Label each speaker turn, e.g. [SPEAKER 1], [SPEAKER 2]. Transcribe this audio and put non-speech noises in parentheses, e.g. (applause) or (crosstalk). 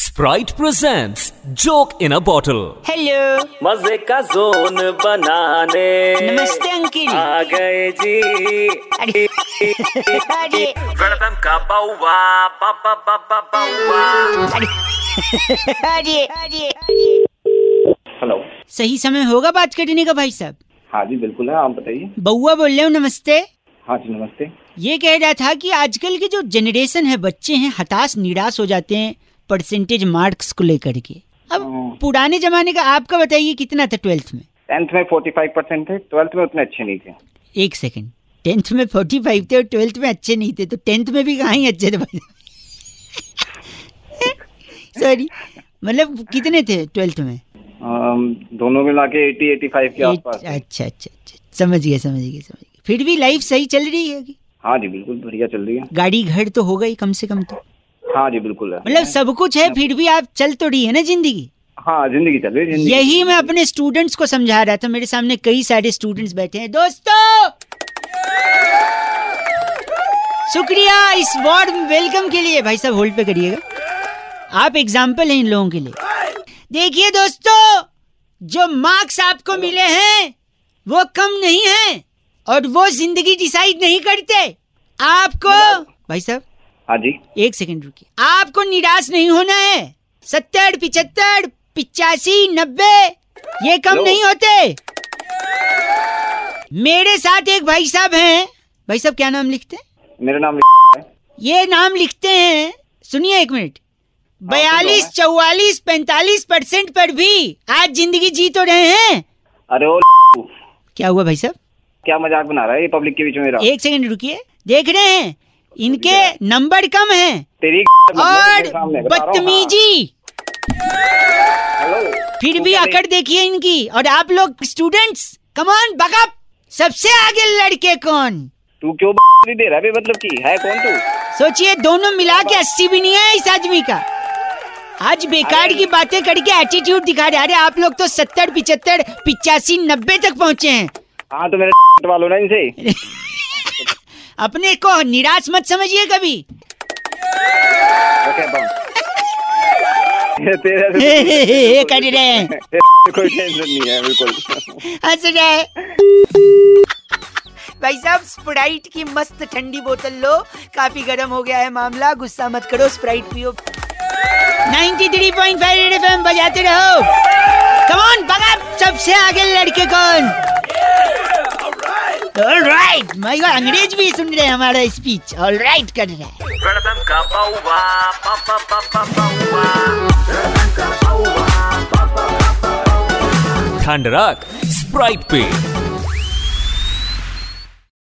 [SPEAKER 1] Sprite presents Joke in a Bottle.
[SPEAKER 2] Hello
[SPEAKER 3] मजे का zone बनाने
[SPEAKER 2] नमस्ते अंकिल
[SPEAKER 3] आ गए जी
[SPEAKER 2] अरे अरे
[SPEAKER 3] वेलकम का बाउवा बाबा बाबा बाउवा
[SPEAKER 2] अरे अरे
[SPEAKER 4] हेलो
[SPEAKER 2] सही समय होगा बात करने का भाई साहब
[SPEAKER 4] हाँ जी बिल्कुल है आप बताइए
[SPEAKER 2] बउआ बोल रहे हो नमस्ते
[SPEAKER 4] हाँ जी नमस्ते
[SPEAKER 2] ये कह रहा था कि आजकल की जो जनरेशन है बच्चे हैं हताश निराश हो जाते हैं परसेंटेज मार्क्स को लेकर के अब
[SPEAKER 4] हाँ।
[SPEAKER 2] पुराने जमाने का आपका बताइए कितना था ट्वेल्थ में
[SPEAKER 4] टेंथ में फोर्टी फाइव परसेंट थे ट्वेल्थ में उतने अच्छे नहीं थे
[SPEAKER 2] एक सेकंड टेंथ में फोर्टी फाइव थे और ट्वेल्थ में अच्छे नहीं थे तो टेंथ में भी कहाँ ही अच्छे थे भाई सॉरी मतलब कितने थे ट्वेल्थ में
[SPEAKER 4] अम, दोनों मिला के एटी एटी फाइव के
[SPEAKER 2] एट-
[SPEAKER 4] आसपास
[SPEAKER 2] अच्छा
[SPEAKER 4] थे।
[SPEAKER 2] अच्छा अच्छा समझ गया समझ गया समझ गया फिर भी लाइफ सही चल रही है कि?
[SPEAKER 4] हाँ जी बिल्कुल बढ़िया चल रही है
[SPEAKER 2] गाड़ी घर तो होगा ही कम से कम तो
[SPEAKER 4] हाँ जी बिल्कुल है
[SPEAKER 2] मतलब सब कुछ है फिर भी आप चल तो रही है ना जिंदगी
[SPEAKER 4] हाँ जिंदगी चल रही है जिंदगी
[SPEAKER 2] मतलब यही मैं अपने स्टूडेंट्स को समझा रहा था मेरे सामने कई सारे स्टूडेंट्स बैठे हैं दोस्तों शुक्रिया इस वार्म वेलकम के लिए भाई साहब होल्ड पे करिएगा आप एग्जाम्पल हैं इन लोगों के लिए देखिए दोस्तों जो मार्क्स आपको मिले हैं वो कम नहीं है और वो जिंदगी डिसाइड नहीं करते आपको भाई साहब
[SPEAKER 4] हाँ जी
[SPEAKER 2] एक सेकंड रुकिए आपको निराश नहीं होना है सत्तर पिचहत्तर पिचासी नब्बे ये कम
[SPEAKER 4] हेलो।
[SPEAKER 2] नहीं होते मेरे साथ एक भाई साहब हैं भाई साहब क्या नाम लिखते हैं
[SPEAKER 4] मेरा नाम है
[SPEAKER 2] ये नाम लिखते हैं सुनिए एक मिनट
[SPEAKER 4] हाँ,
[SPEAKER 2] बयालीस चौवालीस पैंतालीस परसेंट पर भी आज जिंदगी जी तो रहे हैं
[SPEAKER 4] अरे ओ
[SPEAKER 2] क्या हुआ भाई साहब
[SPEAKER 4] क्या मजाक बना रहा है ये पब्लिक के बीच में मेरा
[SPEAKER 2] एक सेकंड रुकिए देख रहे हैं इनके नंबर कम हैं
[SPEAKER 4] तेरी मतलब
[SPEAKER 2] और
[SPEAKER 4] मेरे सामने बता रहा हूँ,
[SPEAKER 2] बदतमीजी
[SPEAKER 4] हाँ। हेलो
[SPEAKER 2] फिर
[SPEAKER 4] तू
[SPEAKER 2] भी
[SPEAKER 4] क्या
[SPEAKER 2] अकड़ देखिए इनकी और आप लोग स्टूडेंट्स कमान बकअप सबसे आगे लड़के कौन
[SPEAKER 4] नहीं- तू क्यों नहीं दे रहा है बे मतलब की है कौन तू
[SPEAKER 2] सोचिए दोनों मिला के अस्सी भी नहीं है इस आदमी का आज बेकार की बातें करके एटीट्यूड दिखा रहे अरे आप लोग तो सत्तर पिचहत्तर पिचासी नब्बे तक पहुंचे हैं
[SPEAKER 4] हाँ तो मेरे (laughs) वालों ना
[SPEAKER 2] (laughs)
[SPEAKER 4] इनसे
[SPEAKER 2] अपने को निराश मत समझिए कभी (laughs)
[SPEAKER 4] रखे बम ये (laughs) तेरे
[SPEAKER 2] (laughs)
[SPEAKER 4] से- तो-
[SPEAKER 2] ये कर रहे
[SPEAKER 4] (laughs)
[SPEAKER 2] हैं
[SPEAKER 4] कोई टेंशन नहीं है बिल्कुल
[SPEAKER 2] हंस रहे हैं। भाई साहब स्प्राइट की मस्त ठंडी बोतल लो काफी गर्म हो गया है मामला गुस्सा मत करो स्प्राइट पियो 93.5 थ्री पॉइंट फाइव एफएम बजाते रहो कमॉन बगा सबसे आगे लड़के कौन ऑलराइट माय गॉड अंग्रेज भी सुन रहे हैं हमारा स्पीच ऑलराइट कर रहा है
[SPEAKER 3] वेलकम का बाउवा बाबा बाबा बाउवा
[SPEAKER 1] ठंड रख स्प्राइट पे